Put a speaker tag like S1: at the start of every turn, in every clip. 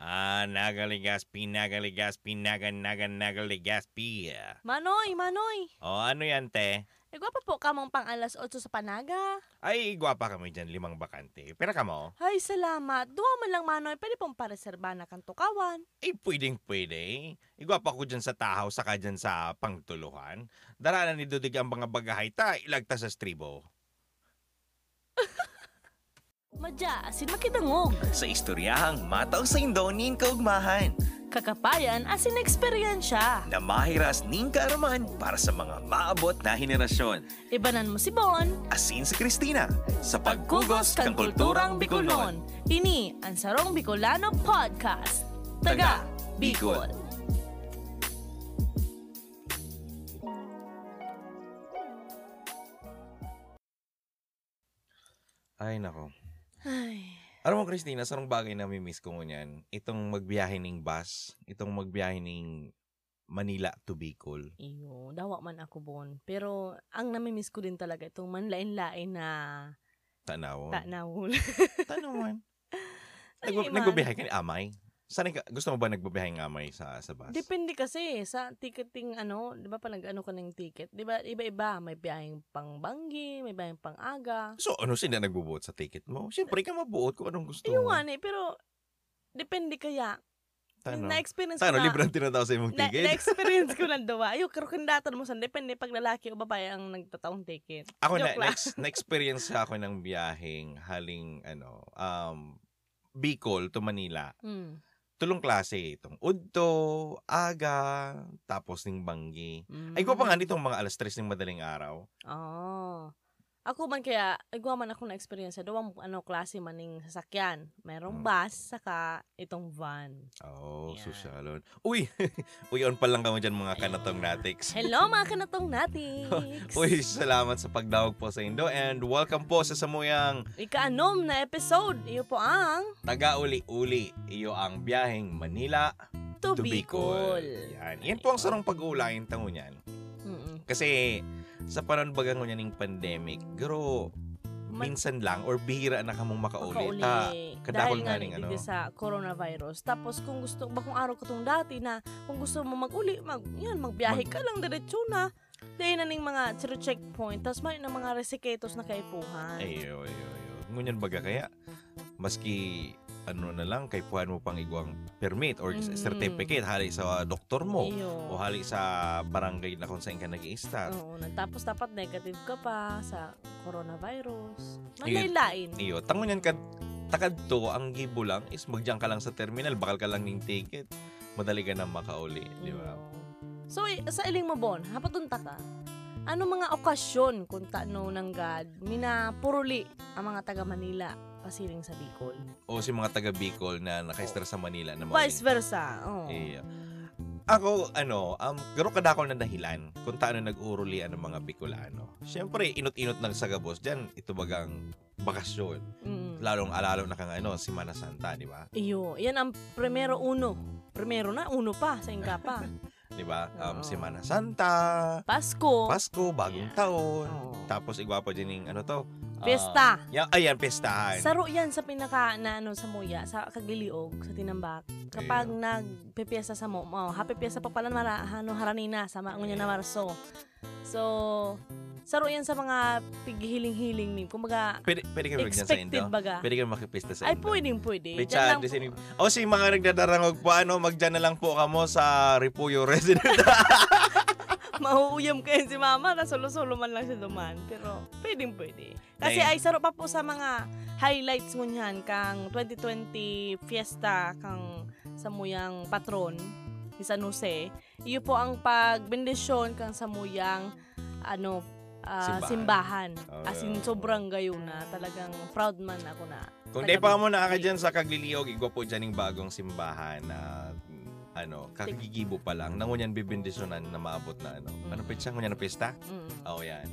S1: Ah, Nagaligaspi, Nagaligaspi, Naga, Naga, Nagaligaspi.
S2: Manoy, Manoy.
S1: O ano yan, te?
S2: Nagwapa po ka mong pang alas 8 sa Panaga.
S1: Ay, gwapa kami dyan, limang bakante. Pera ka mo?
S2: Ay, salamat. Duwa man lang, Manoy. Pwede pong pareserba na kang tukawan.
S1: Ay, pwedeng pwede. Igwapa ko dyan sa tahaw, saka dyan sa pangtuluhan. Daranan ni Dudig ang mga bagahay ta, ilagta sa stribo.
S2: Madya, asin makidangog.
S3: Sa istoryahang mataw sa Indonin kaugmahan
S2: Kakapayan, asin eksperyensya.
S3: na mahiras ning kaaraman para sa mga maabot na henerasyon.
S2: Ibanan mo si Bon.
S3: Asin si Christina sa pagkugos kang kulturang Bicolon.
S2: Ini, ang Sarong Bicolano Podcast.
S3: Taga, Bicol.
S1: Ay, nako.
S2: Ay,
S1: Alam mo, Christina, sarong bagay na mimiss ko ngunyan? Itong magbiyahe ning bus, itong magbiyahe ning Manila to Bicol.
S2: iyo, dawa man ako, Bon. Pero, ang namimiss ko din talaga itong manlain-lain na
S1: Tanawon.
S2: tanawul.
S1: Tanawon.
S2: Ay,
S1: Nag-
S2: man.
S1: nagbabiyahe ka ni Amay? Saan ka, gusto mo ba nagbabiyahe ng Amay sa, sa bus?
S2: Depende kasi eh, sa ticketing ano, 'di ba pag nag-ano ka ng ticket, 'di ba iba-iba, may biyaheng pang Banggi, may biyaheng pang Aga.
S1: So, ano sila nagbubuot sa ticket mo? Siyempre, ka mabuot kung anong gusto mo.
S2: Ayun nga eh, pero depende kaya.
S1: Tano,
S2: Na-experience ko
S1: tano
S2: na.
S1: libre ang tinataw sa imong
S2: na,
S1: ticket?
S2: na-experience ko na dawa. Ayun, pero kandatan mo sa depende pag lalaki o babae ang nagtataong ticket.
S1: ako na,
S2: Joke lang.
S1: next, na-experience ako ng biyaheng haling, ano, um, Bicol to Manila.
S2: Mm.
S1: Tulong klase itong Udto, Aga, tapos ning Bangi. Ay, ko pa
S2: Hmm.
S1: nga nitong mga alas 3 ng madaling araw.
S2: Oh. Ako man kaya, igwa man ako na experience sa duwang ano klase maning sasakyan.
S1: Mm.
S2: Merong bus saka itong van.
S1: Oh,
S2: Yan.
S1: susalon. Uy! Uy, on pa lang kamo dyan mga kanatong natics.
S2: Hello mga kanatong natiks.
S1: Uy, salamat sa pagdawag po sa Indo and welcome po sa Samuyang
S2: Ikaanom na episode. Iyo po ang
S1: Taga-Uli-Uli. Iyo ang biyaheng Manila
S2: To,
S1: to Bicol.
S2: Bicol.
S1: Yan. Yan po ang sarong pag-uulayin tango niyan.
S2: Mm-mm.
S1: Kasi sa panahon baga ngunyan ng pandemic, gro,
S2: Man-
S1: minsan lang or bihira na kamong makauli.
S2: Makauli.
S1: Ta, kadakol Ah,
S2: Dahil
S1: nga
S2: nga
S1: ning
S2: ni
S1: ano.
S2: dito sa coronavirus. Tapos kung gusto, bakong araw ko tong dati na kung gusto mo mag-uli, mag, yan, magbiyahe
S1: Mag-
S2: ka lang diretso na. Dahil na ning mga zero checkpoint. Tapos may na mga resiketos na kaipuhan.
S1: ayo, ayo, ayo. Ngunyan baga kaya, maski ano na lang, kay puhan mo pang igwang permit or
S2: Mhm.
S1: certificate hali sa doktor mo
S2: Iyo.
S1: o hali sa barangay na kung saan ka nag start
S2: Oo, na- tapos dapat negative ka pa sa coronavirus.
S1: Ayun.
S2: Manlaylain.
S1: Iyo, tango niyan ka takad to, ang gibo lang is magdiyan ka lang sa terminal, bakal ka lang ng ticket. Madali ka na makauli, di ba?
S2: Oo. So, i- sa iling mo, Bon, hapatunta ka. Ano mga okasyon kung taano ng God, minapuruli ang mga taga Manila pasiling sa Bicol?
S1: O si mga taga Bicol na nakaistra sa Manila na mga
S2: Vice versa. Oo.
S1: Iya. Eh, Ako, ano, um, garo kadakol na dahilan kung taano nag-urulian ng mga Bicolano. Siyempre, inot-inot ng sagabos dyan, ito bagang bakasyon.
S2: Mm.
S1: Lalong alalo na kang ano, si Mana Santa, di ba?
S2: Iyo, yan ang primero uno. Primero na, uno pa, sa inga pa.
S1: Di ba? Um,
S2: Oo.
S1: si Mana Santa,
S2: Pasko,
S1: Pasko, Bagong Taon,
S2: Oo.
S1: tapos igwapo din yung ano to? ah,
S2: Pesta.
S1: yan, ayan, pestahan.
S2: Saro yan sa pinaka na ano sa muya, sa kagiliog, sa tinambak. Kapag nagpepiesta sa mo, oh, happy piesta pa pala mara, ano, haranina sa maungunya na Marso. So, saro yan sa mga pighiling-hiling ni. Kumbaga,
S1: pwede, pwede kami magdyan sa Indo?
S2: expected baga.
S1: Pwede kami makipista sa
S2: Ay,
S1: Indo?
S2: pwedeng pwede. Diyan
S1: Richard,
S2: lang po.
S1: disin- O si mga nagdadarangog po, ano, magdyan na lang po kamo sa Ripuyo Resident.
S2: Mauuyam kayo si mama, nasolo-solo man lang siya duman. Pero, pwedeng pwede. Kasi
S1: Dahil-
S2: ay, saro pa po sa mga highlights mo niyan, kang 2020 fiesta, kang samuyang patron, ni San Jose. Iyo po ang pagbendisyon kang samuyang, ano, ah, simbahan.
S1: Simbahan. Oh,
S2: As in,
S1: yeah.
S2: sobrang gayo na. Talagang proud man ako na.
S1: Kung di pa mo nakaka dyan sa Kagliliyog, igwa po dyan yung bagong simbahan na ano, kakagigibo pa lang. Nangunyan bibindisyonan na maabot na ano. Ano pitsa? Ngunyan na pista?
S2: Mm.
S1: Oo yan.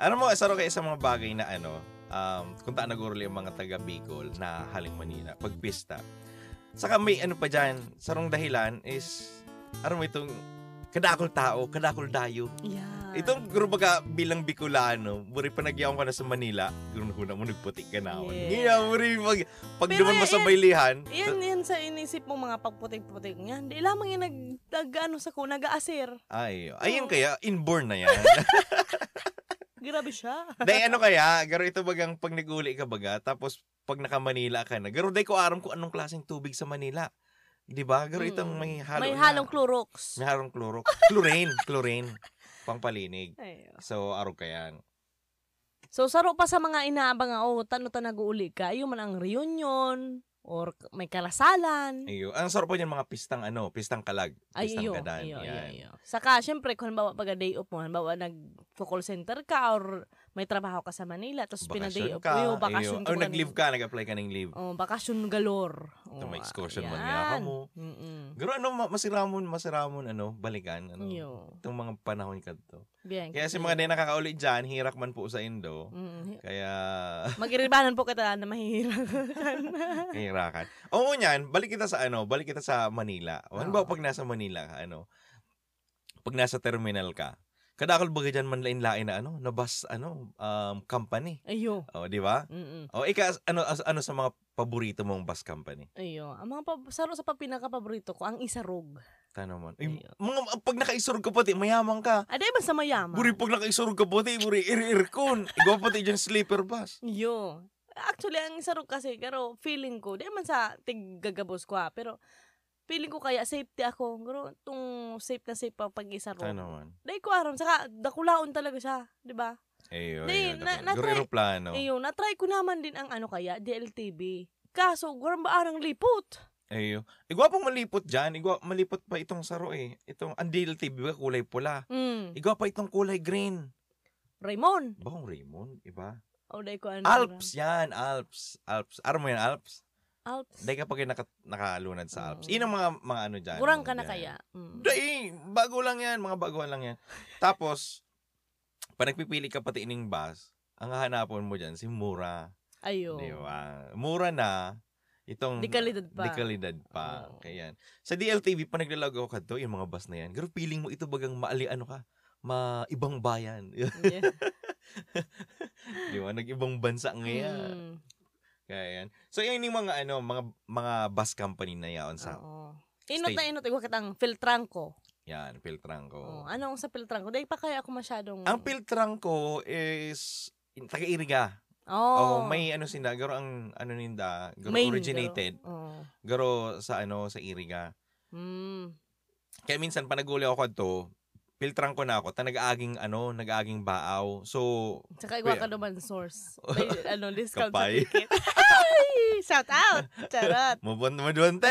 S1: Ano mo, isa ro kayo sa mga bagay na ano, um, kung taan naguruli yung mga taga Bicol na Haling Manila, pagpista. Saka may ano pa dyan, sarong dahilan is, ano mo itong kadakol tao, kadakol dayo.
S2: Yeah.
S1: Itong grupo ka bilang Bicolano, buri pa nagyawang ka na sa Manila, ganoon ko na mo nagputi ka na.
S2: Yes.
S1: Yes. Ngayon, buri pag, pag
S2: Pero
S1: duman mo sa
S2: yan-
S1: baylihan,
S2: Yan, yan man sa inisip mo mga pagputik-putik nga, di lamang yung nag, nag ano, sa ko, nag-aasir.
S1: Ay,
S2: Oo.
S1: ayun kaya, inborn na yan.
S2: Grabe siya.
S1: Day, ano kaya? Garo ito bagang pag naguli ka baga, tapos pag naka-Manila ka na. Garo, day ko aram kung anong klaseng tubig sa Manila. Di ba? Garo itong may halo
S2: Hmm. May
S1: na.
S2: halong Clorox.
S1: May halong klorok. Chlorine. Chlorine. Pampalinig.
S2: Ay, oh.
S1: So, araw ka yan.
S2: So, saro pa sa mga inaabang nga, oh, tano ta nag-uuli ka, yun man ang reunion, or k- may karasalan.
S1: Ayun. Ang sarap po niyan mga pistang ano, pistang kalag.
S2: Ay,
S1: Pistang
S2: iyo,
S1: gadan.
S2: iyo, iyo,
S1: Yan.
S2: iyo. Saka, syempre, kung halimbawa pag day off mo, halimbawa nag-call center ka or may trabaho ka sa Manila, tapos pina-day
S1: Bakasyon
S2: off
S1: ka.
S2: mo, iyo,
S1: Ayun.
S2: bakasyon
S1: Oh, nag-leave ka. Nag-apply ka ng leave.
S2: Oh, bakasyon galore. Oh,
S1: Ito, may excursion
S2: ah,
S1: man nga ka
S2: yan.
S1: mo.
S2: Mm-mm.
S1: Garo, ano, ma- masiramon, masiramon, ano, balikan. Ano,
S2: Iyo.
S1: Itong mga panahon ka to.
S2: Bien.
S1: Kaya si mga din nakakaulit dyan, hirak man po sa Indo.
S2: Mm.
S1: Kaya,
S2: Magiribanan po kita na mahihirakan.
S1: Kahirakan. Oo niyan, balik kita sa ano, balik kita sa Manila. O, ano ba
S2: Oo.
S1: pag nasa Manila ka, ano? Pag nasa terminal ka, kadakol ba dyan man lain-lain na ano, na bus, ano, um, company.
S2: Ayo.
S1: O, di ba?
S2: Mm-mm.
S1: O, ika, ano, as- ano sa mga paborito mong bus company?
S2: Ayo. Ang mga pab- saro sa pa- pinaka-paborito ko, ang isarog.
S1: Tanong mo. Ay,
S2: Ayun.
S1: mga, pag nakaisurog ka pati, mayaman ka.
S2: Ada Ah, ba sa mayaman?
S1: Buri, pag nakaisurog ka pati, buri, ir-irkon. Ikaw pati dyan sleeper bus.
S2: Yo. Actually, ang sarog kasi, pero feeling ko, di man sa tiggagabos ko ha, pero feeling ko kaya safety ako. Pero itong safe na safe pa pag isa
S1: Tanong
S2: ro.
S1: mo.
S2: Dahil ko aram, saka dakulaon talaga siya, di ba?
S1: Ayun,
S2: Di,
S1: ayun.
S2: na-
S1: Guro
S2: na-try-
S1: aeroplano.
S2: Ayun, na-try ko naman din ang ano kaya, DLTB. Kaso, guram ba arang lipot?
S1: Ayo. Igwa pang Eh, malipot dyan. Igwa, malipot pa itong saro eh. Itong Andil TV ba kulay pula.
S2: Mm.
S1: Igwa pa itong kulay green.
S2: Raymond.
S1: Bang Raymond, iba?
S2: O, dahil ko ano.
S1: Alps yan, Alps. Alps. Aram mo yan, Alps?
S2: Alps.
S1: Dahil kapag naka, nakalunad sa Alps.
S2: Oo.
S1: Yun ang mga, mga ano dyan.
S2: Gurang ka
S1: Yan.
S2: na kaya. Mm.
S1: Dahil, bago lang yan. Mga baguhan lang yan. Tapos, pag nagpipili ka pati ining bus, ang hahanapon mo dyan, si Mura.
S2: Ayo.
S1: Di ba? Mura na. Itong
S2: Di kalidad pa.
S1: Di kalidad pa.
S2: Oo.
S1: Kaya yan. Sa DLTV, pa naglalago ka to, yung mga bus na yan. Pero feeling mo ito bagang maali ano ka, ma ibang bayan.
S2: Yeah.
S1: Di ba? Nag-ibang bansa ngayon.
S2: Mm.
S1: Kaya yan. So, yun yung mga ano, mga mga bus company na yaon sa
S2: Oo. Inot
S1: Stay.
S2: na inot. Iwa kitang filtrang ko.
S1: yan, Piltrang ko.
S2: ano ang sa filtrang ko? Dahil pa kaya ako masyadong...
S1: Ang Piltrang ko is in- taga-iriga. O
S2: Oh,
S1: may ano sila, garo ang ano ninda, garo
S2: Main, Oh,
S1: originated,
S2: garo. Oo.
S1: garo sa ano, sa iriga.
S2: Mm.
S1: Kaya minsan pa naguli ako to, filtran ko na ako, ta nag-aging ano, nag-aging baaw. So,
S2: Tsaka iwa ka
S1: Kuya.
S2: naman source. May, ano, discount
S1: Kapay.
S2: sa ticket. Ay! Shout out! Charot!
S1: mabon mabon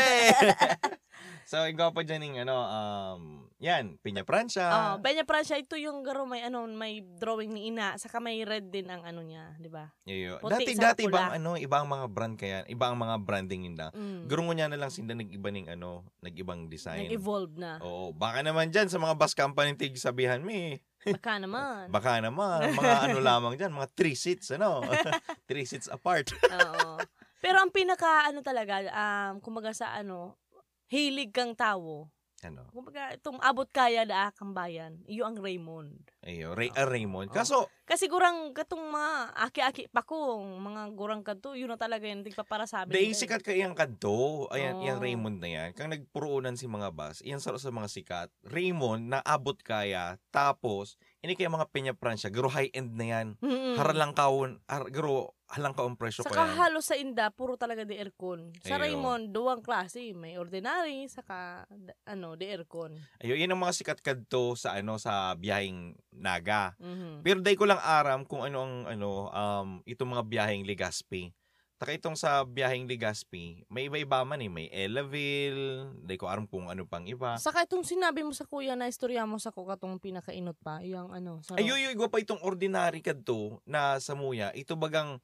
S1: so, ikaw pa dyan yung ano, um, yan, Piña
S2: Oh,
S1: Francia.
S2: Benya Francia, ito yung garo may ano, may drawing ni Ina, saka may red din ang ano niya, di ba?
S1: Yayo.
S2: puti,
S1: Dati,
S2: sarap
S1: dati,
S2: pula.
S1: ibang ano, ibang mga brand kaya, ibang mga branding yun lang.
S2: Mm.
S1: Gurong niya na lang sinda nag-iba ng ano, nag-ibang design.
S2: Nag-evolve na.
S1: Ah. Oo, baka naman dyan sa mga bus company tig sabihan mi.
S2: Baka naman.
S1: Baka naman, mga ano lamang dyan, mga three seats, ano, three seats apart.
S2: Oo. Pero ang pinaka ano talaga, um, kumbaga sa ano, hilig kang tao.
S1: Ano,
S2: Kumbaga itong abot kaya da kang bayan, iyo ang Raymond.
S1: ayo, Ray, ah, Raymond.
S2: Oo.
S1: Kaso,
S2: Kasi gurang katong mga aki-aki pa ko, mga gurang kadto, yun na talaga yun, tigpa para sa amin.
S1: Dahil sikat ka iyang kadto. Ayan,
S2: Oo.
S1: iyang Raymond na yan. Kang nagpuruunan si mga bus, iyan sa, sa mga sikat. Raymond, naabot kaya. Tapos, ini kaya mga Peña Francia, garo high-end na yan.
S2: Mm-mm.
S1: Haralang kaon, ar, garo halang kaon presyo
S2: Hmm. Saka
S1: ko yan.
S2: halos sa inda, puro talaga di aircon. Sa
S1: Ayo.
S2: Raymond, duwang klase. May ordinary, saka d- ano, di aircon.
S1: Ayun, yan ang mga sikat kadto sa ano sa biyaheng Naga.
S2: Mhm.
S1: Pero day ko lang aram kung ano ang ano um itong mga biyaheng Legazpi. Taka itong sa biyaheng Legazpi, may iba-iba man eh. May Ellaville, day ko aram kung ano pang iba.
S2: Saka itong sinabi mo sa kuya na istorya mo sa kuka tong pinakainot pa, yung ano, sa
S1: Ay, yoy, pa itong ordinary kadto na sa muya. Ito bagang,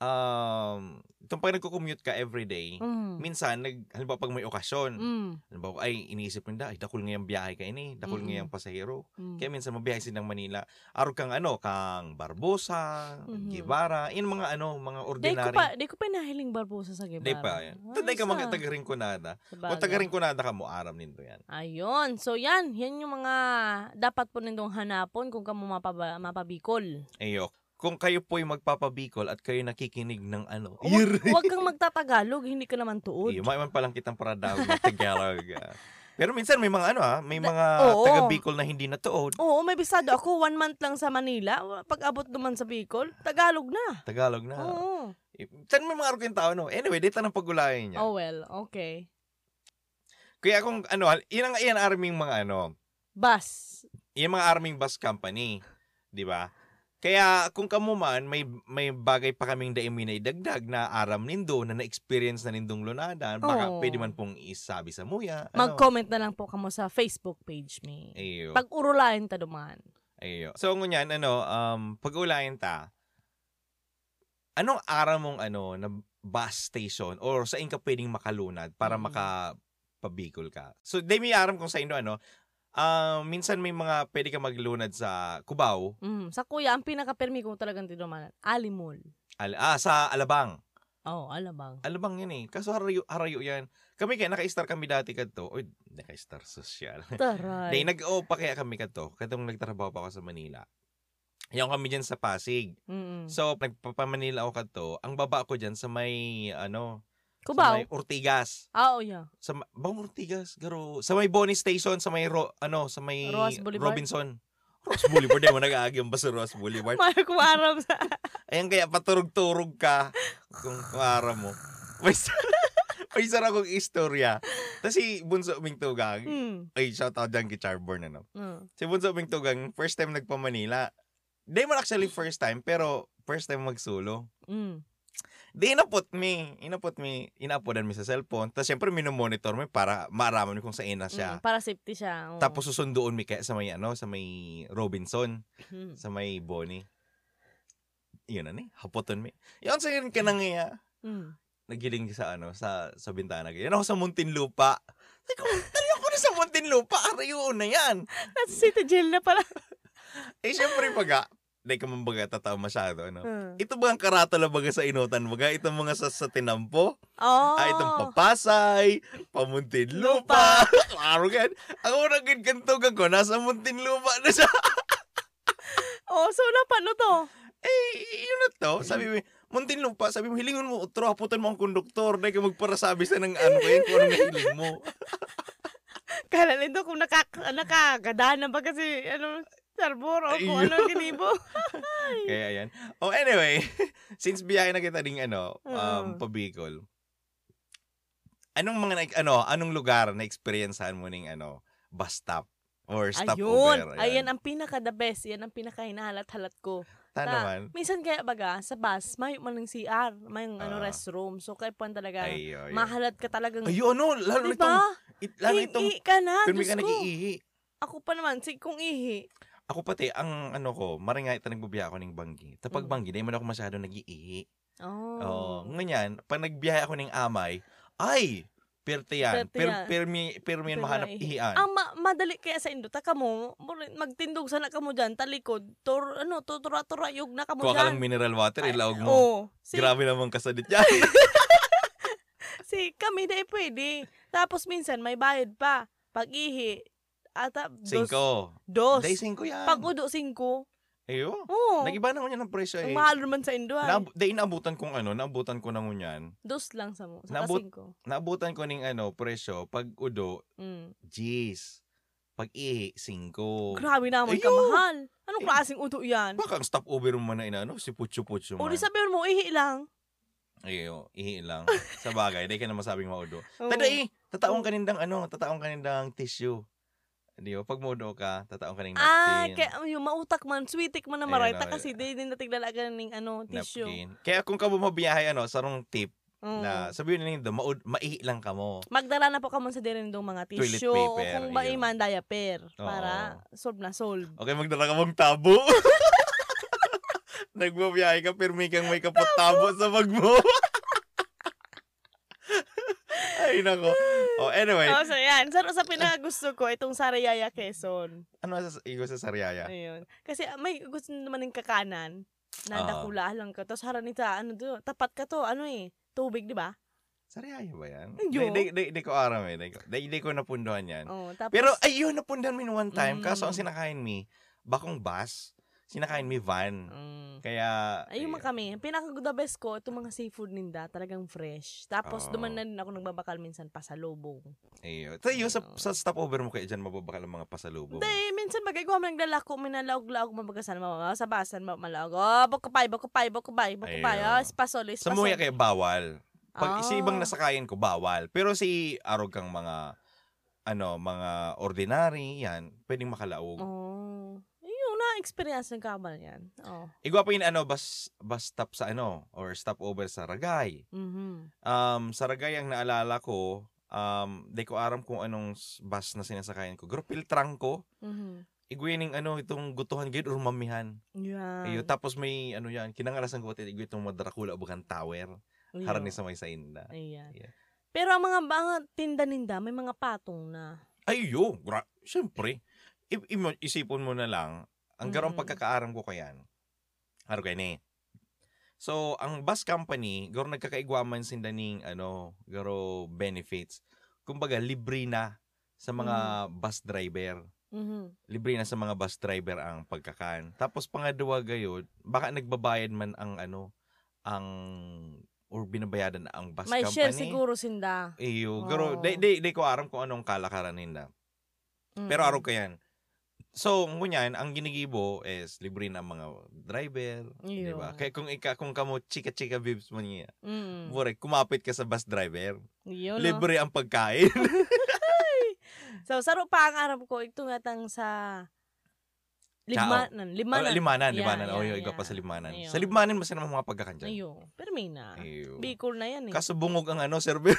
S1: um, itong pag nagko-commute ka everyday,
S2: Mm.
S1: minsan, nag, halimbawa pag may okasyon,
S2: Mm.
S1: halimbawa, ay, iniisip mo na, ay, dakol ngayang biyahe ka ini, dakol
S2: Mm-mm.
S1: ngayang pasahero.
S2: Mm.
S1: Kaya minsan, mabiyahe silang Manila. Araw kang ano, kang Barbosa,
S2: Mhm.
S1: Guevara, yun mga ano, mga
S2: Day ko
S1: ordinary.
S2: pa, day ko pa nahiling barbosa sa Guevara.
S1: Day pa, yan.
S2: Ah,
S1: Tunay ka
S2: sa-
S1: mga taga-Rinconada.
S2: sa
S1: Kung
S2: bagay.
S1: taga-Rinconada ka mo, aram nito yan.
S2: Ayun. So, yan. Yan yung mga dapat po nindong hanapon kung kamo mapaba, mapabikol.
S1: Ayok. Kung kayo po'y magpapabikol at kayo nakikinig ng ano,
S2: Huwag, huwag kang magtatagalog, hindi ka naman tuod.
S1: Iyo, may man palang kitang paradaw na Tagalog. ah. Pero minsan may mga ano ah, may mga
S2: oo.
S1: taga-Bicol na hindi natuod.
S2: Oo, may bisado ako. One month lang sa Manila. Pag abot naman sa Bicol, Tagalog na.
S1: Tagalog na.
S2: Oo.
S1: Eh, Minsan may mga arkin tao no. Anyway, dito nang pagulayan niya.
S2: Oh well, okay.
S1: Kaya kung ano, iyan ang iyan ang arming mga ano,
S2: Bus.
S1: iyan mga arming bus company, 'di ba? Kaya kung kamuman, may may bagay pa kaming daimin na idagdag na aram nindo na na-experience na nindong lunadan, baka
S2: Oo.
S1: pwede man pong isabi sa muya. Ano?
S2: Mag-comment na lang po kamo sa Facebook page me.
S1: Iyo.
S2: Pag urulain ta duman.
S1: Ayo. So, ngunyan, ano, um, pag-ulayan ta, anong araw mong, ano, na bus station or sa ka pwedeng makalunad para
S2: Mm.
S1: makapabikol ka? So, di may aram kung sa inyo, ano, um, minsan may mga pwede ka maglunad sa Cubao,
S2: Mm, sa kuya, ang pinaka-permi ko talagang tinumanan, Alimol.
S1: al- ah, sa Alabang.
S2: Oh, alabang.
S1: Alabang yan eh. Kaso harayo, harayo yan. Kami kaya, naka-star kami dati kadto. Uy, naka-star social. Di,
S2: Taray.
S1: nag-o pa kaya kami kadto. Katong nagtrabaho pa ako sa Manila. Yung kami dyan sa Pasig.
S2: Mm.
S1: So, nagpapamanila ako kadto. Ang baba ko dyan sa may, ano, sa
S2: Kubaw.
S1: may Ortigas.
S2: Ah, oh, yeah.
S1: Sa, ma- bang Ortigas? Garo. Sa may Bonnie Station, sa may, ro, ano, sa may
S2: Ross Boulevard?
S1: Robinson. Ross Boulevard. Di mo nag-aagi ang basa Ross Boulevard.
S2: Magkuarap sa...
S1: Ayan kaya paturog-turog ka kung kuwara mo. May isa, may isa akong istorya. Tapos si Bunso Mingtugang,
S2: Mm.
S1: ay, shout out dyan kay Charborn, ano.
S2: Mm.
S1: Si Bunso Mingtugang, first time nagpa-Manila. Di man actually first time, pero first time magsolo.
S2: Mm.
S1: Di inapot me. Inapot me. Inapodan me sa cellphone. Tapos syempre minomonitor me para maaraman ko kung sa ina
S2: Mm.
S1: siya.
S2: Para safety siya. oo.
S1: Tapos susunduon me kaya sa may ano, sa may Robinson,
S2: Mm.
S1: sa may Bonnie. Yun na ni, hapoton me. Yun sa yun ka nangyaya.
S2: Mm.
S1: Nagiling sa ano, sa sa bintana. Yan ako sa Muntinlupa. Sabi ko, "Tali ako na sa Muntinlupa. Arayo na yan.
S2: Nasa city jail na pala.
S1: Eh syempre baga, di ka man baga tatao masyado. Ano?
S2: Mm.
S1: Ito ba ang karatala baga sa inutan baga? Itong mga sa, sa tinampo?
S2: Oh.
S1: Ay, itong papasay, pamuntinlupa, klaro gan. Ang unang gantugan ko, nasa muntinlupa na siya.
S2: Oh, so napano to?
S1: Eh, yun na to. Sabi mo, muntinlupa, sabi mo, hilingon mo, utro, haputan mo ang konduktor, dahil ka magparasabi sa ng ano kayo, kung ano hiling mo.
S2: Kala nito kung nakak nakakadaan na ba kasi ano, sarbor o kung
S1: Ayun.
S2: ano ginibo.
S1: Kaya yan. Oh, anyway, since biyahe na kita ding ano,
S2: Oo.
S1: um, pabikol, anong mga, na- ano, anong lugar na experiencehan mo ning ano, bus stop? Or stop
S2: Ayun. Ayan ang pinaka the best. Yan ang pinaka hinahalat-halat ko.
S1: Ta
S2: Na,
S1: naman.
S2: Minsan kaya baga, sa bus, may man ng CR, may ano,
S1: Ah.
S2: restroom. So kaya po talaga,
S1: Ayun. Mahal.
S2: mahalat ka talagang.
S1: Ayun, no, ano, lalo
S2: Di
S1: itong,
S2: ba?
S1: it, lalo itong
S2: Diba? Ihi ka na.
S1: Pero may
S2: Diyos
S1: ka
S2: ko.
S1: nag-iihi.
S2: Ako pa naman, si, kung ihi.
S1: Ako pati, ang ano ko, maringay ito nagbubiya ako ng banggi. Tapag
S2: Mm.
S1: banggi, di man ako masyado nag-iihi.
S2: Oh.
S1: Oo. Ngayon, pag nagbiyahe ako ng amay, ay, perte yan.
S2: Perte
S1: Per,
S2: yan.
S1: permi, permi yan
S2: Pero
S1: mahanap
S2: naihi.
S1: ihian.
S2: Ang ma- madali kaya sa Indo, taka mo, muli- magtindog sana ka mo dyan, talikod, tor, ano, tutura-tura, yug na ka mo
S1: Kuha ka lang
S2: dyan.
S1: mineral water, ilawag mo.
S2: Oo. oh, Si,
S1: Grabe naman kasadit yan.
S2: si kami dahil pwede. Tapos minsan, may bayad pa. Pag-ihi, ata, dos.
S1: Cinco.
S2: Dos. Oh.
S1: Day cinco yan.
S2: Pag-udo, singko.
S1: Ayo.
S2: Oo.
S1: Nagiba na ko niya ng presyo
S2: Ang
S1: eh.
S2: mahal naman sa Indo, ay.
S1: Naab- day naabutan kong ano, naabutan ko na ngunyan.
S2: Dos lang sa mo. Sa
S1: Naabot-
S2: singko.
S1: Naabutan ko ng ano, presyo, pag udo,
S2: Mm.
S1: jeez. Pag ihi, cinco.
S2: Grabe
S1: Oh.
S2: naman
S1: Ayun.
S2: ka mahal. Anong
S1: Eh.
S2: klaseng udo yan?
S1: Baka ang stopover mo man na inaano, si Pucho-Pucho
S2: O
S1: man.
S2: di sabihin mo, ihi lang.
S1: Iyo, ihi lang. Sa bagay, di ka na masabing maudo.
S2: Oo.
S1: Tada eh, tataong kanindang ano, tataong kanindang tissue. Di ba? Pag maudo ka, tataong kanindang
S2: Ah,
S1: napkin.
S2: kaya yung mautak man, sweetik man na
S1: Ayun,
S2: marayta
S1: ayun.
S2: kasi di din natiglala ka ng ano, tissue.
S1: oh, napkin. Kaya kung ka bumabiyahe, ano, sarong tip
S2: Oo.
S1: na sabihin na nindo, maud, maihi lang ka mo.
S2: Magdala na po ka man sa dirindong mga
S1: Toilet
S2: tissue o
S1: paper,
S2: kung ba
S1: ayun.
S2: man diaper
S1: Oo.
S2: para solve na solve.
S1: Okay, magdala ka mong tabo. Nagbabiyahe ka, pero may kang may kapatabo sa bag mo. Ay, nako. Oh, anyway,
S2: Oh, so yan. Sa, sa pinagusto ko, itong Sarayaya Quezon.
S1: ano sa igo sa Sariaya?
S2: Ayun. Kasi ah, may gusto naman ng kakanan na
S1: Oo.
S2: dakula lang ka. Tapos haranita, ano do, tapat ka to, ano eh, tubig, di ba?
S1: Sariaya ba yan?
S2: Yo.
S1: Di, di, di, di ko aram eh. Di, ko- di, di ko napunduhan yan.
S2: Oh, tapos,
S1: Pero ayun, napunduhan min one time. Kaso
S2: Mm.
S1: ang sinakain mi, bakong bus. sinakain mi van.
S2: Mm.
S1: Kaya,
S2: Ayun man kami. Pinaka the best ko, itong mga seafood ninda, talagang fresh. Tapos
S1: Oo.
S2: duman na din ako nagbabakal minsan pa sa lobong.
S1: ayun. Tayo, sa, sa stopover mo kayo dyan, mababakal ang mga pasalubong.
S2: Hindi, minsan bagay ko man naglalako, minalaog-laog, mabagasal, mabasabasan, malaog. Oh, bukupay, bukupay, bukupay, bukupay.
S1: Ayun.
S2: Oh, espasol,
S1: Sa
S2: espasol.
S1: muya kayo, bawal. Pag si
S2: Ah.
S1: ibang nasakayan ko, bawal. Pero si arog kang mga, ano, mga ordinary, yan, pwedeng makalaog.
S2: Oh. Yun, na-experience ng kabal yan. Oh.
S1: Igwapo yun, ano, bus, bus stop sa ano, or stopover sa Ragay.
S2: Mhm.
S1: Um, sa Ragay, ang naalala ko, um, di ko aram kung anong s- bus na sinasakayan ko. Grupil trangko.
S2: Mhm.
S1: Igwining ano, itong gutuhan gid or mamihan.
S2: Yan.
S1: Ayun, tapos may ano yan, kinangalasan ko pati igwi itong madrakula bukan tower.
S2: Ayun.
S1: Haran ni sa may sain na.
S2: Ayan.
S1: Ayan.
S2: Pero ang mga mga tinda ninda, may mga patong na.
S1: Ayo, gra- syempre. I- imo- isipon mo na lang, ang garong
S2: Mm.
S1: pagkakaaram ko kayan. Haro kayo ni. So, ang bus company, garo nagkakaigwaman sinda ning ano, garo benefits. Kumbaga, libre na sa mga
S2: Mm.
S1: bus driver.
S2: Mhm.
S1: Libre na sa mga bus driver ang pagkakan. Tapos pangadwa gayod, baka nagbabayad man ang ano, ang or binabayadan na ang bus
S2: May
S1: company.
S2: share siguro sinda.
S1: Iyo, garo,
S2: Oo.
S1: di, di, di ko aram kung anong kalakaran nila.
S2: Mm-hmm.
S1: Pero araw ka yan. So, ngunyan, ang ginigibo is libre na ang mga driver, di ba? Kaya kung ika, kung kamo chika-chika vibes mo niya,
S2: Mm. Ano?
S1: bore, kumapit ka sa bus driver,
S2: Yun, no?
S1: libre ang pagkain.
S2: So, saro pa ang arab ko. Ito nga tang sa... Lima, nan,
S1: limanan,
S2: limanan.
S1: limanan.
S2: Yeah,
S1: limanan. oh, yun,
S2: yeah,
S1: iga pa
S2: yeah.
S1: sa limanan.
S2: Ayun.
S1: Sa limanan, mas naman mga pagkakan dyan.
S2: Ayun. Pero may na.
S1: Ew.
S2: Bicol na yan eh.
S1: Kaso bungog ang ano, server.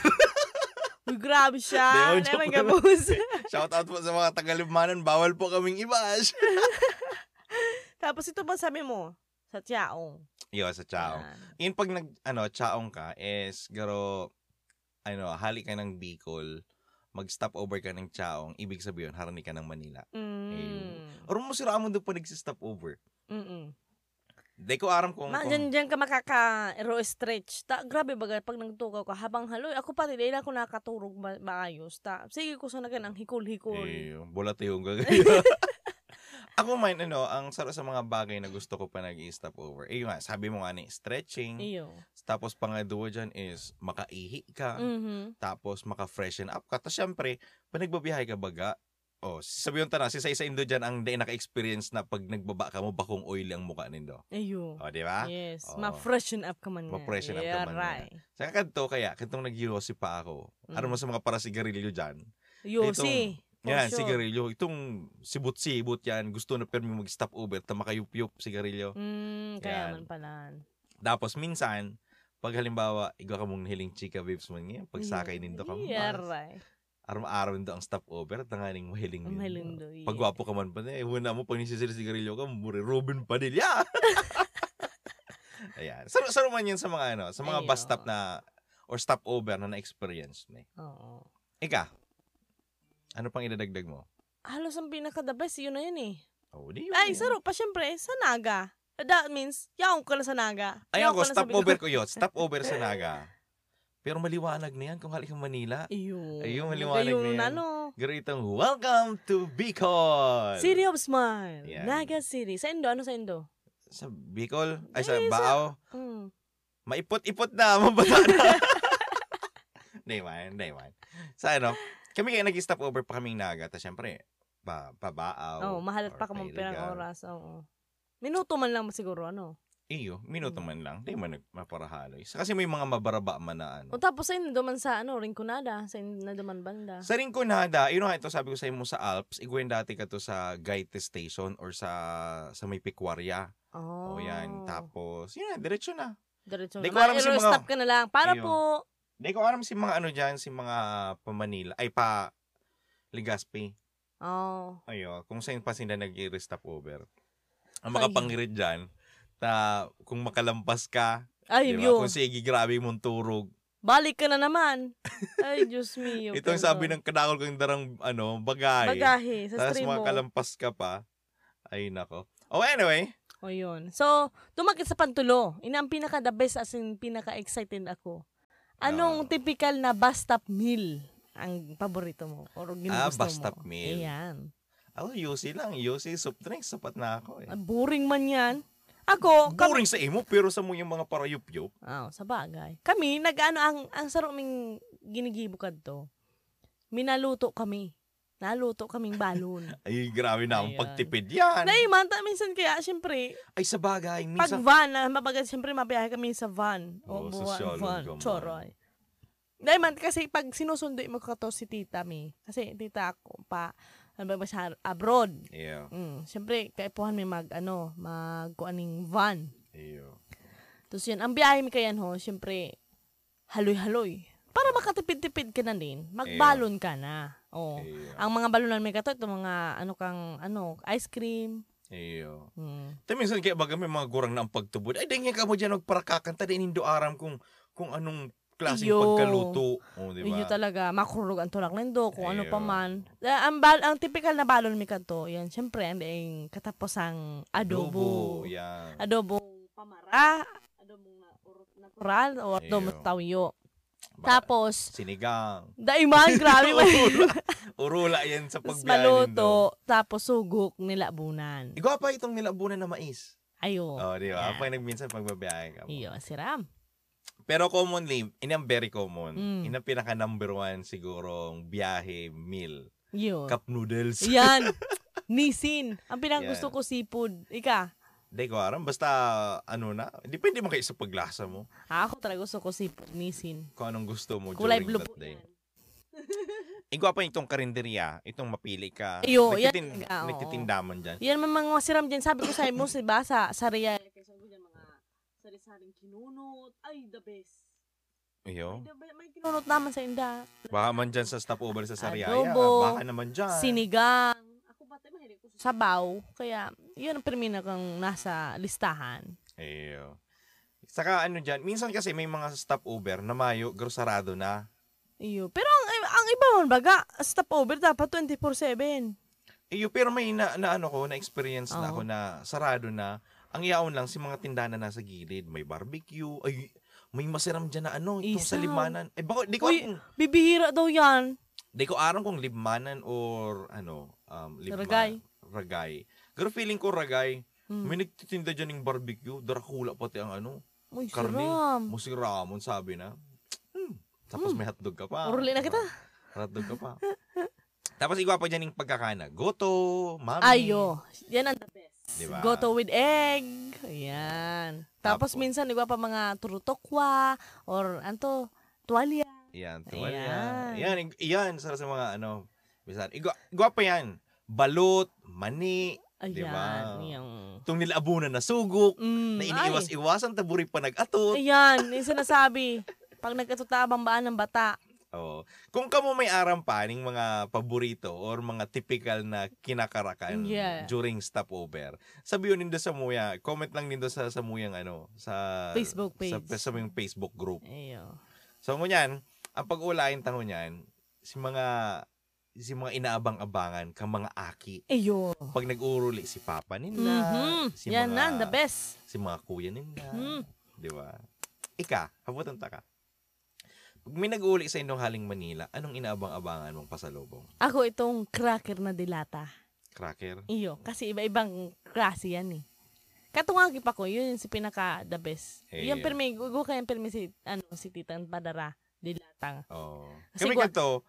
S2: Uy, grabe siya. Ano
S1: Hindi,
S2: Alam
S1: joke
S2: nga boss.
S1: Shout out po sa mga taga limanan, bawal po kaming i-bash.
S2: Tapos ito ba sabi mo? Sa tiyaong.
S1: Yo, sa chao.
S2: Yan.
S1: Yun pag nag ano, chaong ka is garo ano, hali ka ng Bicol, mag-stop over ka ng chaong, ibig sabihin harani ka ng Manila.
S2: Mm.
S1: Or mo si Ramon doon pa nag-stop over.
S2: Mm-mm.
S1: Di ko aram kung,
S2: Ma,
S1: kung
S2: dyan, dyan ka makaka ero stretch. Ta, grabe baga pag nagtukaw ka habang haloy. Ako pati dahil ako nakaturog ma- maayos. Ta, sige ko sa nagan ang hikul-hikul.
S1: eh, bola tayo yung Ako man, ano, ang sarap sa mga bagay na gusto ko pa nag-stop over. Eh, yun nga, sabi mo nga ni, stretching.
S2: Iyo.
S1: Tapos pangaduwa dyan is, makaihi ka.
S2: Mhm.
S1: Tapos, maka-freshen up ka. Tapos, syempre, pag nagbabiyahe ka baga, oh, sabi yung tanong, si Saisa Indo dyan ang day naka-experience na pag nagbaba ka mo, bakong oil ang mukha nindo.
S2: Iyo.
S1: O, di ba?
S2: Yes,
S1: Oo.
S2: ma-freshen up ka man
S1: Ah.
S2: nga.
S1: Oh. Ma-freshen up ka
S2: yeah,
S1: man nga.
S2: right.
S1: Sa kanto, kaya, kantong nag-yosi pa ako. Ano
S2: Mm.
S1: mo sa mga para sigarilyo dyan?
S2: Yosi. for
S1: yan,
S2: sure.
S1: sigarilyo. Itong sibot-sibot yan. Gusto na pero mag-stop over. Tama kayup-yup, sigarilyo.
S2: Mm, kaya
S1: Yan.
S2: man pala.
S1: Tapos minsan, pag halimbawa, igwa ka mong hiling chika vibes mo niya, pagsakay nindo ka mo.
S2: Yeah, Mm, right.
S1: Araw-araw nindo ang stop over, tanganing mahiling
S2: Ang
S1: nindo.
S2: halindo.
S1: Pag gwapo ka man pa na, eh, wala mo, pag nisisir sigarilyo ka, muri Robin Padilla. Ayan. Saro, saro man yun sa mga ano, sa mga
S2: Ay,
S1: bus
S2: oo.
S1: stop na, or stop over na na-experience mo eh.
S2: Oo.
S1: Ika, ano pang idadagdag mo?
S2: Halos ang pinaka-the best, yun na yun eh.
S1: Oh, di yun. eh.
S2: Ay, saro pa syempre, sa naga. That means, yaong ka na sa naga.
S1: Ay,
S2: Yaong
S1: ako,
S2: ka na sa
S1: stop
S2: Bicol.
S1: over ko yun. Stop over sa Naga. Pero maliwanag na yan kung halik ang Manila.
S2: Ayun.
S1: Ayun, maliwanag
S2: Ayun,
S1: na yan.
S2: ano.
S1: Ganitong, welcome to Bicol!
S2: City of Smile.
S1: Yan.
S2: Naga City. Sa Indo, ano sa Indo?
S1: Sa Bicol? Ay, sa
S2: Eh, sa-
S1: Bao?
S2: Mm.
S1: Maipot-ipot na, mabata na. Hindi man, hindi man. Sa ano, kami kaya nag-stop over pa kaming Naga. Tapos syempre, pa, pabaaw.
S2: Oh, mahalat
S1: or
S2: pa ka mong
S1: Kailigan.
S2: pirang oras. Oo. Minuto man lang siguro, ano?
S1: Iyo, minuto
S2: Mm.
S1: man lang. Hindi man nag- maparahaloy. Sa- Kasi may mga mabaraba man na ano.
S2: O tapos sa Indo man sa, ano, Rinconada. Sa Indo na duman banda.
S1: Sa Rinconada, yun nga ito sabi ko sa mo sa Alps, igawin dati ka to sa Gaite Station or sa sa may Pequaria.
S2: Oh.
S1: O yan, tapos, yun na, diretso na.
S2: Diretso
S1: Di
S2: na.
S1: ko alam si
S2: Pero
S1: mga-
S2: stop ka na lang. Para
S1: Ayun.
S2: po.
S1: Hindi ko alam si mga ano dyan, si mga pa Manila, ay pa Legazpi.
S2: Oh.
S1: Ayo, kung saan pa sila nag stop over. Ang
S2: Ayun.
S1: makapangirit dyan, ta, kung makalampas ka,
S2: Ay,
S1: di ba?
S2: yun.
S1: Kung sige, grabe mong turog.
S2: Balik ka na naman. Ay, Diyos mio.
S1: Ito ang
S2: pero-
S1: sabi ng kadakol kang darang, ano, bagay.
S2: Bagahe sa
S1: Tapos
S2: stream mo.
S1: makalampas ka pa. Ay, nako. Oh, anyway,
S2: O yun. So, tumakit sa pantulo. Ina ang pinaka the best as in pinaka excited ako.
S1: No.
S2: Anong typical na bus stop meal ang paborito mo? Or yung
S1: Ah,
S2: gusto
S1: bus
S2: mo?
S1: stop meal.
S2: Ayan.
S1: Ako, Yusi Oh, lang. Yusi, soup drink, sapat na ako eh.
S2: Ah, Boring man yan. Ako, kami,
S1: Boring sa imo, pero sa mo yung mga parayup-yup.
S2: Ah, sa bagay. Kami, nag-ano, ang, ang sarap ming ginigibukad to. Minaluto kami. Naluto kaming balon.
S1: Ay, grabe na ang
S2: Ayan.
S1: pagtipid yan.
S2: Nay, manta minsan kaya, syempre,
S1: Ay, sa bagay,
S2: pag
S1: minsan...
S2: van, ah, mabagal, syempre, mabiyahe kami sa van.
S1: Oo,
S2: O, buwan,
S1: sosyal
S2: van,
S1: ang gaman.
S2: choroy. Nay, man, kasi pag sinusundo mo ko to si tita mi, kasi tita ako pa, ano ba, sa abroad.
S1: Yeah,
S2: Mm, syempre, kaipuhan mi mag, ano, mag, kuaning van.
S1: yeah.
S2: Tapos yun, ang biyahe mi kayan ho, syempre, haloy-haloy. Para makatipid-tipid ka na din, magbalon ka na. Oh.
S1: Yeah.
S2: Ang mga balunan may kato, ito mga ano kang, ano, ice cream.
S1: Yeah.
S2: Hmm.
S1: Tapos minsan kaya baga may mga gurang na ang pagtubod. Ay, dahil ka mo dyan magparakakanta, din indo aram kung, kung anong klaseng
S2: Iyo.
S1: pagkaluto. O, di
S2: Yun
S1: ba?
S2: yung talaga, makurog ang tulak nindo, kung ano pa
S1: Ayun.
S2: man. Ah, ang, bal- ang typical na balon may kato, yan, syempre, ang daing katapusang adobo.
S1: Yan.
S2: Adobong pamara, adobong na- ur- natural, o adobong
S1: Ayun.
S2: tawyo.
S1: Ba-
S2: Tapos,
S1: Sinigang.
S2: daiman, grabe man.
S1: Urula. Urula yan sa
S2: Tapos
S1: pagbiyanin do.
S2: maluto, tapos sugok, nilabunan.
S1: Igwa pa itong nilabunan na mais.
S2: Ayo.
S1: Oh, di ba?
S2: Yeah.
S1: Pag nagminsan pagbabiyahin ka mo.
S2: Iyo, siram.
S1: Pero commonly, ini ang very common.
S2: Mm.
S1: Ini ang pinaka number one sigurong biyahe meal.
S2: Iyo.
S1: Cup noodles.
S2: Yan. Nisin. Ang pinang
S1: Yan.
S2: gusto ko seafood. Ika.
S1: Hindi ko aram. Basta ano na. Depende mo kayo sa paglasa mo.
S2: ah, Ako talaga gusto ko seafood. Nisin.
S1: Kung anong gusto mo
S2: Kulay blue
S1: during
S2: po
S1: that day.
S2: yan.
S1: Igwa pa itong karinderiya. Itong mapili ka.
S2: Iyo, yan
S1: Nagtitin-
S2: talaga, oo.
S1: Nagtitindaman dyan.
S2: Yan man mga siram dyan. Sabi ko sa mo, si Basa, sa Ria. Kasi ko dyan mga sari-saring kinunot. Ay, the best.
S1: Iyo.
S2: the best. May kinunot naman sa inda.
S1: Baka man dyan sa stopover sa Sariaya.
S2: Adobo.
S1: Baka naman dyan.
S2: Sinigang. Ako ba tayo mahilig ko sa Ah. sabaw. Kaya, yun ang pirmina kang nasa listahan.
S1: Iyo. Saka ano dyan, minsan kasi may mga stopover na mayo, grosarado na.
S2: Iyo. Pero ang, ang iba man baga, stopover dapat 24-7.
S1: Iyo, pero may na, na ano ko, na experience na
S2: Oo.
S1: ako na sarado na. Ang yaon lang si mga tindahan na nasa gilid, may barbecue, ay may masiram dyan na ano, itong sa
S2: Isaw.
S1: limanan. Eh bako, di ko
S2: Uy.
S1: aram-
S2: Bibihira daw yan.
S1: di ko aram kung libmanan or ano, um, libman,
S2: Ragay.
S1: Ragay. Pero feeling ko ragay,
S2: Mm.
S1: may nagtitinda dyan ng barbecue, Dracula pati ang ano,
S2: Uy,
S1: Karne.
S2: siram.
S1: mo si Ramon sabi na. "Hmm." Tapos may hotdog ka pa.
S2: Uruli na kita.
S1: Hotdog ka pa. Tapos igwa pa dyan yung pagkakana. Goto, mami.
S2: Ayo. Yan ang the best.
S1: Diba?
S2: Goto with egg. Ayan. Tapos
S1: Tapos-
S2: minsan, di ba pa mga turutokwa or anto, tuwalya.
S1: Yan, tuwal yan.
S2: Ayan.
S1: Yan, ig- yan, sarap sa mga ano. Bisan. Igwa, igwa pa yan. Balot, mani,
S2: Ayan.
S1: Diba?
S2: Yung...
S1: itong nilabunan na sugok,
S2: Mm,
S1: na
S2: ay.
S1: iniiwas-iwasan, taburi pa nag-atot.
S2: Ayan. Yung sinasabi. Pag nagkatutabang baan ng bata.
S1: Oo. Kung kamo may aram pa ng mga paborito or mga typical na kinakarakan
S2: Yeah.
S1: during stopover, sabi yun nindo sa muya, comment lang nindo sa sa muyang ano, sa
S2: Facebook
S1: sa,
S2: page.
S1: sa muyang Facebook group.
S2: Ayo.
S1: So ngunyan, ang pag-ulain tango niyan, si mga si mga inaabang-abangan kang mga aki.
S2: Ayo.
S1: Pag nag-uruli si papa nila,
S2: Mhm.
S1: si
S2: Yan na,
S1: mga
S2: the best.
S1: si mga kuya nila,
S2: Mm.
S1: di ba? Ika, habutan ta ka. Pag may nag-uli sa inyong haling Manila, anong inaabang-abangan mong pasalubong?
S2: Ako itong cracker na dilata.
S1: Cracker?
S2: Iyo, kasi iba-ibang klase yan eh. Katungagi pa ko, yun yung si pinaka the best.
S1: Eh, yun.
S2: yung permi, gugo kayang permi si, ano, si Titang Padara. Dilatang.
S1: Oo.
S2: Kasi
S1: Kami
S2: gwa-
S1: ganito,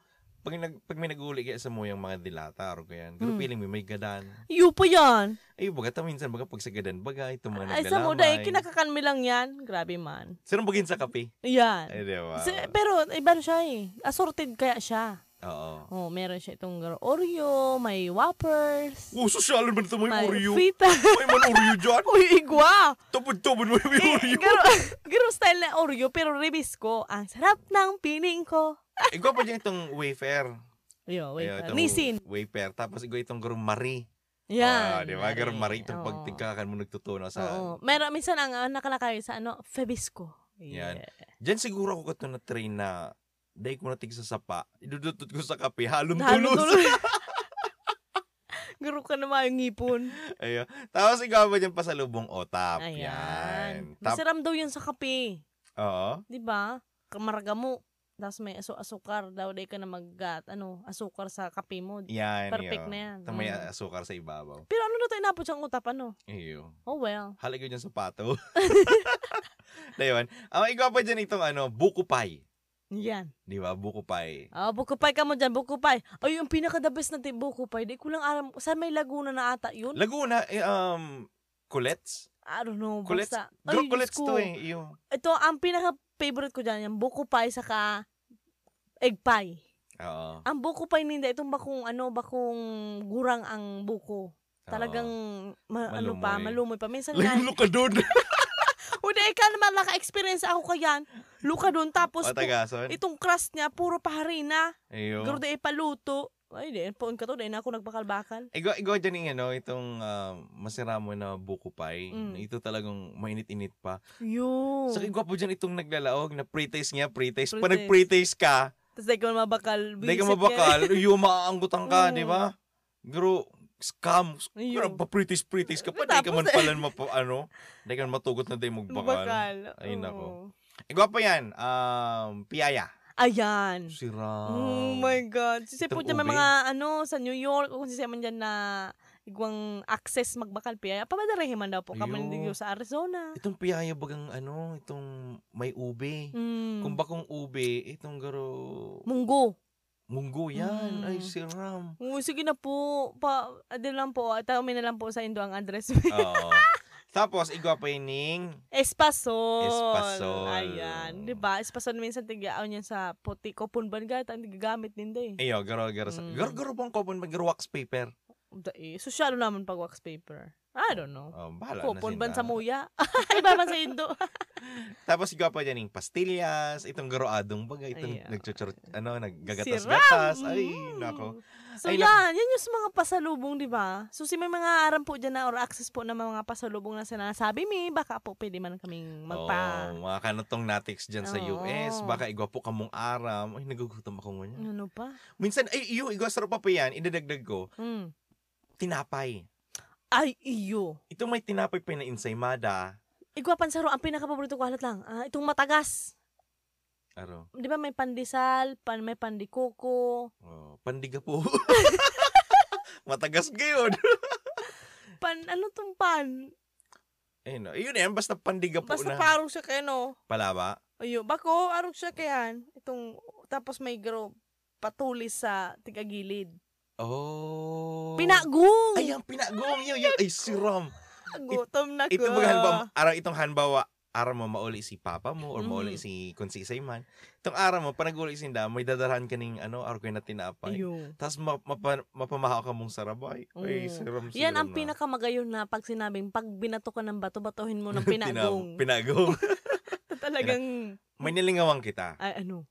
S1: pag, nag, pag may nag-uli kaya sa muyang mga dilata or ganyan, pero
S2: Mm.
S1: feeling mo may gadan.
S2: Iyo po yan.
S1: Ay, baga ta minsan, baga pag sa gadan, baga ito mga
S2: Ay, sa muda, eh,
S1: Ano naglalamay.
S2: kinakakanmi lang yan. Grabe man.
S1: Sino bagin sa kape?
S2: Yan.
S1: Ay, di ba?
S2: Si- pero iba na siya eh. Assorted kaya siya.
S1: Oo.
S2: Oh, meron siya itong gar- Oreo, may Whoppers,
S1: Oh, sosyal man ito, may
S2: may
S1: Oreo.
S2: Frita.
S1: May man Oreo dyan.
S2: Uy, igwa!
S1: Tubod-tubod mo may
S2: Eh,
S1: Oreo.
S2: garo, garo style na Oreo, pero ribis ko. Ang sarap ng piling ko.
S1: Ikaw pa dyan itong wafer.
S2: Yo, wait.
S1: Ayun,
S2: ah,
S1: itong
S2: Nisin.
S1: Wafer. Tapos ikaw itong Gourmari. Ah,
S2: Yan.
S1: di ba? Gourmari.
S2: Itong
S1: Itong pagtigkakan mo nagtutunaw sa...
S2: Oo. Meron, minsan ang uh, nakalakay sa ano, Febisco.
S1: Yan.
S2: Yeah.
S1: Diyan siguro ako ito na-train na dahil ko natig sa sapa, idudutot ko sa kape, halong
S2: Dahil
S1: tulos.
S2: tuloy. Garo ka naman yung ngipon.
S1: Ayun. Tapos ikaw ba dyan pasalubong otap? Yan.
S2: Ayan.
S1: Tap,
S2: Masiram daw yun sa kape.
S1: oo.
S2: Di ba? Kamarga mo. Tapos may aso asukar daw day ka na maggat ano, asukar sa kape mo.
S1: Yan,
S2: Perfect
S1: yun.
S2: na yan.
S1: Tapos may
S2: Mm.
S1: asukar sa ibabaw.
S2: Pero ano na tayo napot siyang utap ano?
S1: Iyo.
S2: Oh well.
S1: Halaga dyan sapato. Dahil, ang igwapo Ah, dyan itong ano, buko pie.
S2: Yan.
S1: Di ba? Buko pie.
S2: Ah, bukupay ka mo dyan, bukupay. Ay, yung pinaka the best na ti bukupay. Di ko lang alam, sa may Laguna na ata yun.
S1: Laguna, eh, um, Culettes.
S2: I don't know,
S1: Kulets.
S2: basta. Ay,
S1: Group
S2: Diyos
S1: Culettes
S2: ko.
S1: to eh. Iyo.
S2: Ito, ang pinaka favorite ko dyan, yung bukupay saka egg pie.
S1: Oo.
S2: Ang buko pie ninda, itong bakong ano, bakong gurang ang buko. Talagang ma- ano pa,
S1: Malumoy.
S2: malumoy pa. Minsan nga,
S1: Lalo ka doon.
S2: Uda, ikaw naman naka-experience ako kayan. Luka doon, tapos
S1: O, tagason.
S2: pu- itong crust niya, puro paharina.
S1: Iyo.
S2: Pero di ipaluto. Ay, di, poon ka to, di na ako nagbakalbakal.
S1: Igo, igo dyan yung ano, itong ah, masira mo na buko pie.
S2: Mm.
S1: Ito talagang mainit-init pa.
S2: Yun.
S1: Sa igwapo dyan itong naglalaog na pre-taste niya, pre-taste. Pag
S2: Pre-taste.
S1: nag-pre-taste ka,
S2: Tapos di ka mabakal.
S1: Hindi ka
S2: binisip
S1: mabakal, yung maaanggutan ka,
S2: Mm.
S1: di ba? Pero, scam.
S2: Ayun.
S1: Pero, papritis-pritis ka pa. Hindi ka
S2: Tapos
S1: man
S2: eh.
S1: pala mapa, ano. Hindi ka man matugot na tayo magbakal.
S2: Bakal.
S1: Ay,
S2: Oo.
S1: nako. Igwapo yan. Um, piyaya.
S2: Ayan.
S1: Sira.
S2: oh my God. Sisi po
S1: Itong
S2: dyan may
S1: Um, ube.
S2: mga ano sa New York o kung sisi man dyan na igwang access magbakal piya. Pabadarehin man daw po kami
S1: Ayun.
S2: ninyo sa Arizona.
S1: Itong piyaya bagang ano, itong may ube.
S2: Mm.
S1: Kung bakong ube, itong garo...
S2: Munggo.
S1: Munggo yan.
S2: Mm.
S1: Ay, siram.
S2: Oo, sige na po. Pa, adin lang po. At amin na lang po sa Indo ang address.
S1: Oo. Tapos, igwapo yun ning...
S2: Espasol.
S1: Espasol.
S2: Ayan. Di ba? Espasol minsan tigyaaw niyan sa puti. Kopon ban gata. Ang gagamit ninda eh.
S1: Ayo, garo, garo. sa-
S2: Mm.
S1: Garo, garo bang kopon mag wax paper?
S2: Dai. eh, Sosyalo naman pag wax paper. I don't know.
S1: Oh, bahala
S2: Kopon ban
S1: na sila.
S2: sa muya. Iba ban sa Indo.
S1: Tapos sigaw pa dyan yung pastillas, itong garoadong baga, itong
S2: Ayan.
S1: nagchuchur, ano,
S2: Siram!
S1: naggagatas-gatas. Ay,
S2: Mm.
S1: nako.
S2: So
S1: Ay,
S2: yan, yan yung sa mga pasalubong, di ba? So si may mga aram po dyan na or access po ng mga pasalubong na sinasabi mi, baka po pwede man kaming magpa...
S1: Oh, mga kanatong natics dyan sa
S2: Oo.
S1: US. Baka igwapo ka mong aram. Ay, nagugutom ako ngayon.
S2: Ano pa?
S1: Minsan, ay, iyo, igwa sarap pa pa yan. Idadagdag ko,
S2: Mm.
S1: tinapay.
S2: Ay, iyo.
S1: Ito may tinapay pa na ensaymada.
S2: Igwapan saro, ang pinakapaborito ko halat lang, ah, itong matagas.
S1: Aro,
S2: Di ba may pandesal, pan, may pandikoko,
S1: oh, pandiga po. Matagas gayon.
S2: pan, ano tong pan?
S1: Ayun, no. Ayun, yan, basta pandiga po
S2: Basta
S1: na.
S2: parang siya kayo, no?
S1: Palaba.
S2: Ayun, bako, arog siya kayan. Itong, tapos may gro, patulis sa tigagilid.
S1: Oh.
S2: Pinagong!
S1: Ay, ang pinagong yun. yun. Ay, siram.
S2: Gutom na ko.
S1: Ito mga halimbawa, araw itong hanbawa, araw mo mauli si papa mo or
S2: Mhm.
S1: mauli si konsisay man. Itong araw mo, panaguli si Inda, may dadarahan ka ng ano, araw ko na tinapay.
S2: Ayun.
S1: Tapos ma- mapa- mapamahaw ka mong sarabay. Ay,
S2: Oo.
S1: siram, siram
S2: Yan ang
S1: na.
S2: pinakamagayon na pag sinabing, pag binato ka ng bato, batuhin mo ng
S1: Tina-
S2: pinagong.
S1: pinagong.
S2: Talagang,
S1: may nilingawang kita.
S2: ay ano.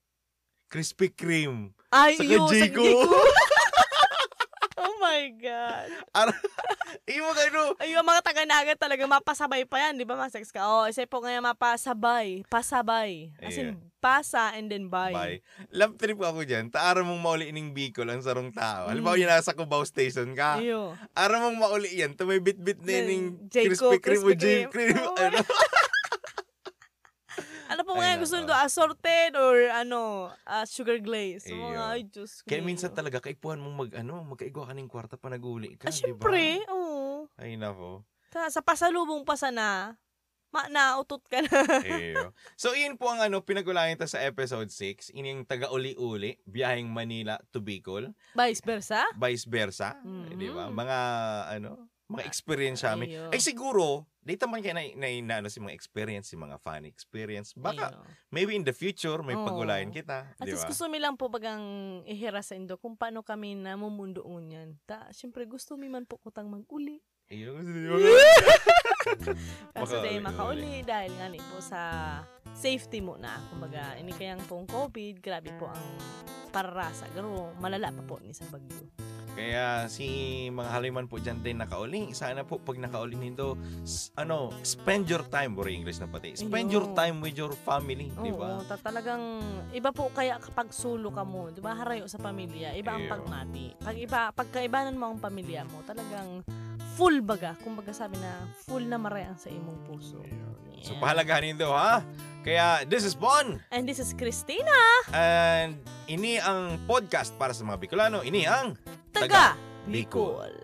S1: Krispy Kreme.
S2: Ay,
S1: Saka
S2: iyo, sa
S1: Jigo.
S2: Jigo. oh my God.
S1: Iyo mga ano.
S2: Ayun, ang mga taga-nagat talaga, mapasabay pa yan, di ba, mga sex ka? Oh, isa po ngayon, mapasabay. Pasabay. As in, pasa and then bye.
S1: Bye. Love trip ako dyan. Ta araw mong mauli ining Bicol ang sarong tao. Halimbawa
S2: Mm.
S1: yung nasa Cubao Station ka.
S2: Ayo.
S1: Araw mong mauli yan. To may bit-bit na
S2: Ng
S1: ining
S2: Jayco,
S1: Krispy Kreme o
S2: Krispy
S1: J.
S2: Kreme.
S1: Kreme.
S2: Oo.
S1: Ano?
S2: Oh Ano po
S1: Ay,
S2: ngayon
S1: nako.
S2: gusto nito? Assorted or ano, ah, sugar glaze? So,
S1: Iyo.
S2: mga, ay, Diyos ko.
S1: Kaya minsan talaga, kaipuhan mong mag, ano, magkaigwa ka ng kwarta pa naguli ka,
S2: Ah,
S1: di ba?
S2: syempre, oo.
S1: Ay, nako.
S2: Ta- sa pasalubong pa sana, ma, nautot ka na.
S1: Eyo. So, iyon po ang ano, pinagulayan ta sa episode 6. Ini yung taga-uli-uli, biyaheng Manila to Bicol,
S2: Vice versa?
S1: vice versa.
S2: Mm.
S1: Di ba? Mga, ano, mga experience namin.
S2: Iyo.
S1: Ay, Eh, siguro, dito man kaya na, na, na ano, si mga experience, si mga fan experience. Baka,
S2: Iyo.
S1: maybe in the future, may
S2: Oo.
S1: pagulayan kita.
S2: At
S1: Di ba?
S2: least gusto mi lang po bagang ihira sa Indo kung paano kami namumundo yan. Ta, syempre gusto mi man po kutang mag-uli.
S1: Ayun, gusto
S2: Kaso
S1: Makauli,
S2: dahil makauli dahil nga ni po sa safety mo na. Kumbaga, ini kayang pong COVID, grabe po ang pararasa. Pero malala pa po ni sa bagyo.
S1: Kaya si mga haliman po dyan din nakauling. Sana po pag nakauling nito, s- ano, spend your time. Or English na pati. Spend
S2: Ayun.
S1: your time with your family. Di
S2: Oo,
S1: ba?
S2: ta talagang iba po kaya kapag sulo ka mo, 'di ba? Harayo sa pamilya, iba ang
S1: Eyo.
S2: pagmati. Pag iba, pagkaibanan mo ang pamilya mo, talagang full baga, kumbaga sabi na full na maray ang sa imong puso.
S1: Yeah, yeah. So
S2: Yeah.
S1: pahalagahan nito ha. Kaya this is Bon
S2: And this is Christina
S1: and ini ang podcast para sa mga Bicolano, ini ang
S2: Taga
S1: Bicol.
S2: Bicol.